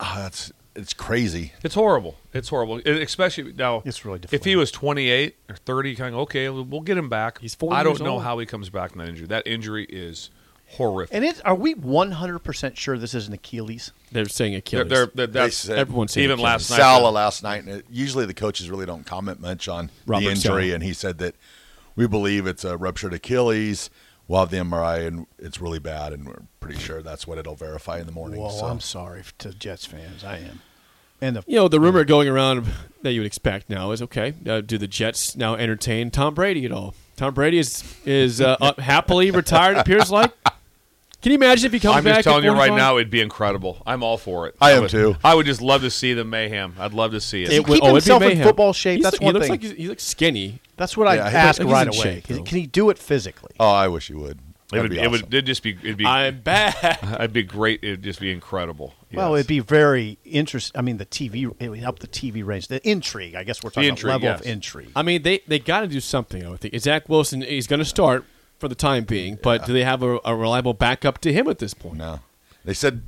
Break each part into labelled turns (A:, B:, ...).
A: Ah, that's it's crazy.
B: It's horrible. It's horrible. It- especially now. It's really If he was 28 or 30, kind of okay, we'll we'll get him back. He's
C: 40
B: I don't
C: years
B: know
C: old.
B: how he comes back from that injury. That injury is horrific.
C: And it, are we 100% sure this isn't Achilles?
D: They're saying
B: Achilles. They're- they're- that's-
A: They said-
B: everyone's saying even Achilles. last night-
A: Sala last night. and it- Usually the coaches really don't comment much on
B: Robert
A: the injury,
B: Sala.
A: and he said that we believe it's a ruptured Achilles. We'll have the MRI, and it's really bad, and we're pretty sure that's what it'll verify in the morning.
C: Well,
A: so.
C: I'm sorry to Jets fans. I am. And the
D: You know, the rumor going around that you would expect now is okay. Uh, do the Jets now entertain Tom Brady at all? Tom Brady is is uh, up- happily retired. It appears like. Can you imagine if he comes
B: I'm
D: back?
B: just telling
D: at
B: you right
D: 45?
B: now, it'd be incredible. I'm all for it.
D: I am
B: would-
D: too.
B: I would just love to see the mayhem. I'd love to see it.
D: It would-
C: keep
D: oh, it'd be
C: himself in
D: mayhem.
C: football shape.
D: He's-
C: that's
D: he
C: one
D: looks
C: thing.
D: Like he's, he looks skinny.
C: that's what
B: Yeah,
C: I
B: he
C: ask
B: looks-
C: right
B: he's
C: away.
B: in shape,
C: Can-
B: though.
C: can he do it physically?
A: Oh, I wish you would.
B: It
A: That'd
B: would.
A: be
B: It would. It'd just be. It'd be.
D: I'm back.
B: It'd be great. It'd just be incredible.
C: Well, it'd be very interesting. I mean, the TV it would help the TV range, the intrigue. I guess we're talking about level of intrigue.
D: I mean, they they got to do something. I would think Zach Wilson is going to start for the time being, but do they have a, a reliable backup to him at this point?
A: No. They said,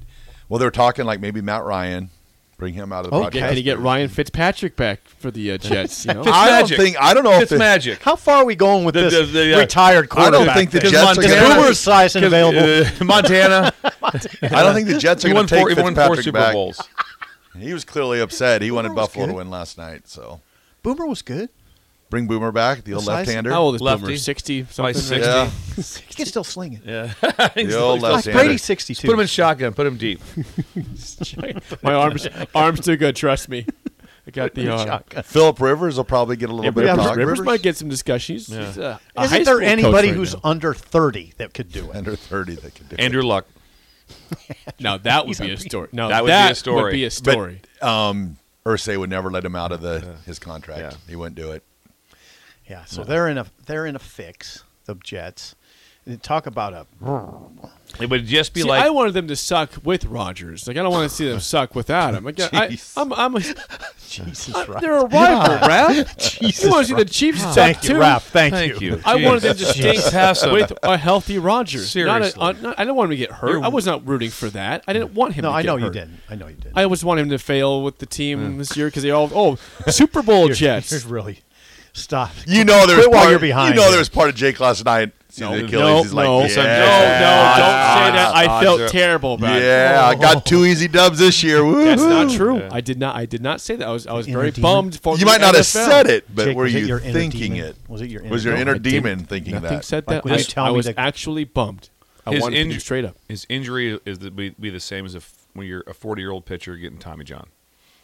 A: well, they were talking like maybe Matt Ryan, bring him out of the
D: Oh,
A: podcast.
D: can you get Ryan Fitzpatrick back for the uh, Jets? You know?
A: I don't think I don't know if
B: It's magic.
C: How far are we going with
B: The-
C: this
B: the- the, uh,
C: retired
B: I
C: quarterback?
B: don't think the
C: thing?
B: Jets are
C: Is
B: gonna-
C: Boomer size
B: because,
C: available?
B: uh, Montana.
A: I don't think the Jets are
B: He
A: going
B: won
A: to
B: four-
A: take
B: he won four
A: Fitzpatrick
B: Super
A: back.
B: Bowls.
A: He was clearly upset. He wanted Buffalo to
C: good.
A: win last night, so
C: Boomer was good.
A: bring Boomer back, the old
C: The size-
A: left-hander.
D: How old is Boomer? Lefty. 60
B: Probably
D: something?
B: 60.
A: Yeah.
C: He can still sling it.
B: Yeah.
A: The old
C: Like
A: left-hander.
C: Brady, sixty-two.
B: Put him in shotgun. Put him deep.
D: My arms arms too good. Trust me, I got the arm.
A: Philip Rivers will probably get a little
D: Yeah,
A: bit of
D: Rivers,
A: talk.
D: Rivers might get some discussion. He's, he's a, a high
C: Isn't there
D: school coach
C: anybody
D: right
C: who's
D: now.
C: under thirty that could do it?
A: under thirty that could do
B: Andrew Luck.
D: now that would
C: He's
D: be a
C: unbeatable.
D: story. No,
B: That would be a story.
D: Would be a
B: But-
D: story.
A: it. Um, Ursay would never let him out of the his contract.
B: Yeah.
A: He wouldn't do it.
B: Mm-hmm.
C: Yeah, so they're in a they're in a fix. The Jets. And talk about a
B: It would just be
D: See,
B: like
D: I wanted them to suck with Rogers. Like I don't want to see them suck without him. Like, I,
A: Jeez.
D: I'm, I'm,
C: Jesus.
D: I- they're a rival, Raph. you want to see the Chiefs suck
C: Thank you,
D: too?
C: Raph. Thank,
B: Thank
C: you.
B: you.
D: I wanted them to
B: Jesus.
D: stink
B: Pass on
D: with a healthy Rogers. Not
B: Seriously.
D: a, uh, not, I don't want him to get hurt. I was not rooting for that. I didn't want him.
C: No,
D: to
C: I
D: get
C: know you
D: hurt.
C: didn't. I know you didn't.
D: I always want him to fail with the team this year because they all oh Super Bowl
C: You're-
D: Jets.
C: You're really stop.
A: You know there's
C: Quit
A: part,
C: while you're behind.
A: You know there's part of Jake last night. See the Achilles.
D: no,
A: He's like,
D: no,
A: yeah,
D: no, no, don't say that. I
B: odds
D: felt
B: are-
D: terrible about it.
A: Yeah, I got two easy dubs this year. Woo.
D: That's not true. I did not. I did not say that. I was. I was
C: Inner
D: very
C: demon.
D: bummed for.
A: You
D: the
A: might not have
D: NFL.
A: said it, but
C: Jake,
A: were
C: was it
A: you
C: your inner
A: thinking
C: demon?
A: it?
C: Was it your inner
A: was your
C: demon?
A: inner
C: I
A: demon thinking
D: Nothing
A: that?
D: said
C: Like,
D: that.
C: when
D: I,
C: you
D: s-
C: tell
D: I
C: me
D: was
C: that-
D: actually bummed. I
B: his
D: wanted to
B: inju-
D: do straight up.
B: His injury is the, be, be the same as if when you're a 40 year old pitcher getting Tommy John.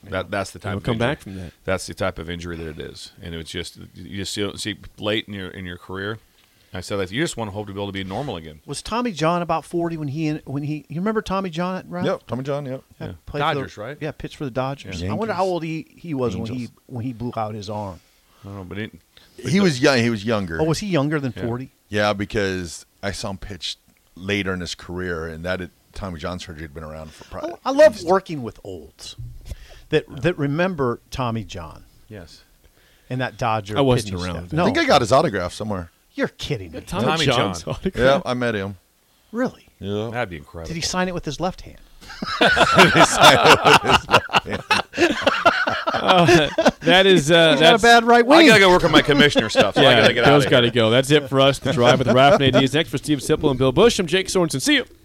B: That that's the type.
D: He'll
B: of
D: come
B: injury.
D: back from that.
B: That's the type of injury that it is, and it's just you just see, see late in your in your career. I said that you just want to hope to be able to be normal again.
C: Was Tommy John about forty when he when he? You remember Tommy John, right?
A: Yep, Tommy John. Yep.
C: Yeah.
B: Dodgers, right?
C: Yeah, pitched for the Dodgers.
A: Yeah.
C: I wonder how old he, he was when he
A: Angels.
C: when he blew out his arm.
B: I don't know, but it,
A: He was young. He was younger.
C: Oh, was he younger than forty?
A: Yeah, because I saw him pitch later in his career, and that had, Tommy John surgery had been around for probably.
C: Oh, I love working with olds that that remember Tommy John
B: yes,
C: and that Dodger.
D: I wasn't
C: pitching
D: around
C: staff.
D: then.
C: No,
A: I think I got his autograph somewhere.
C: you're kidding me.
D: Tommy,
B: Tommy
D: John's
B: John.
D: autograph.
A: Yeah, I met him.
C: Really?
A: Yeah.
B: that'd be incredible.
C: Did he sign it with his left hand?
D: That is. Uh,
C: Not a
D: that's
C: bad right
B: I
C: wing.
B: gotta go work on my commissioner stuff. So I
D: Yeah,
B: gotta get out.
D: those
B: of
D: got to
B: here.
D: go. That's it for us. The drive with Raph and AD is next for Steve Sipple and Bill Bush. I'm Jake Sorensen. See you.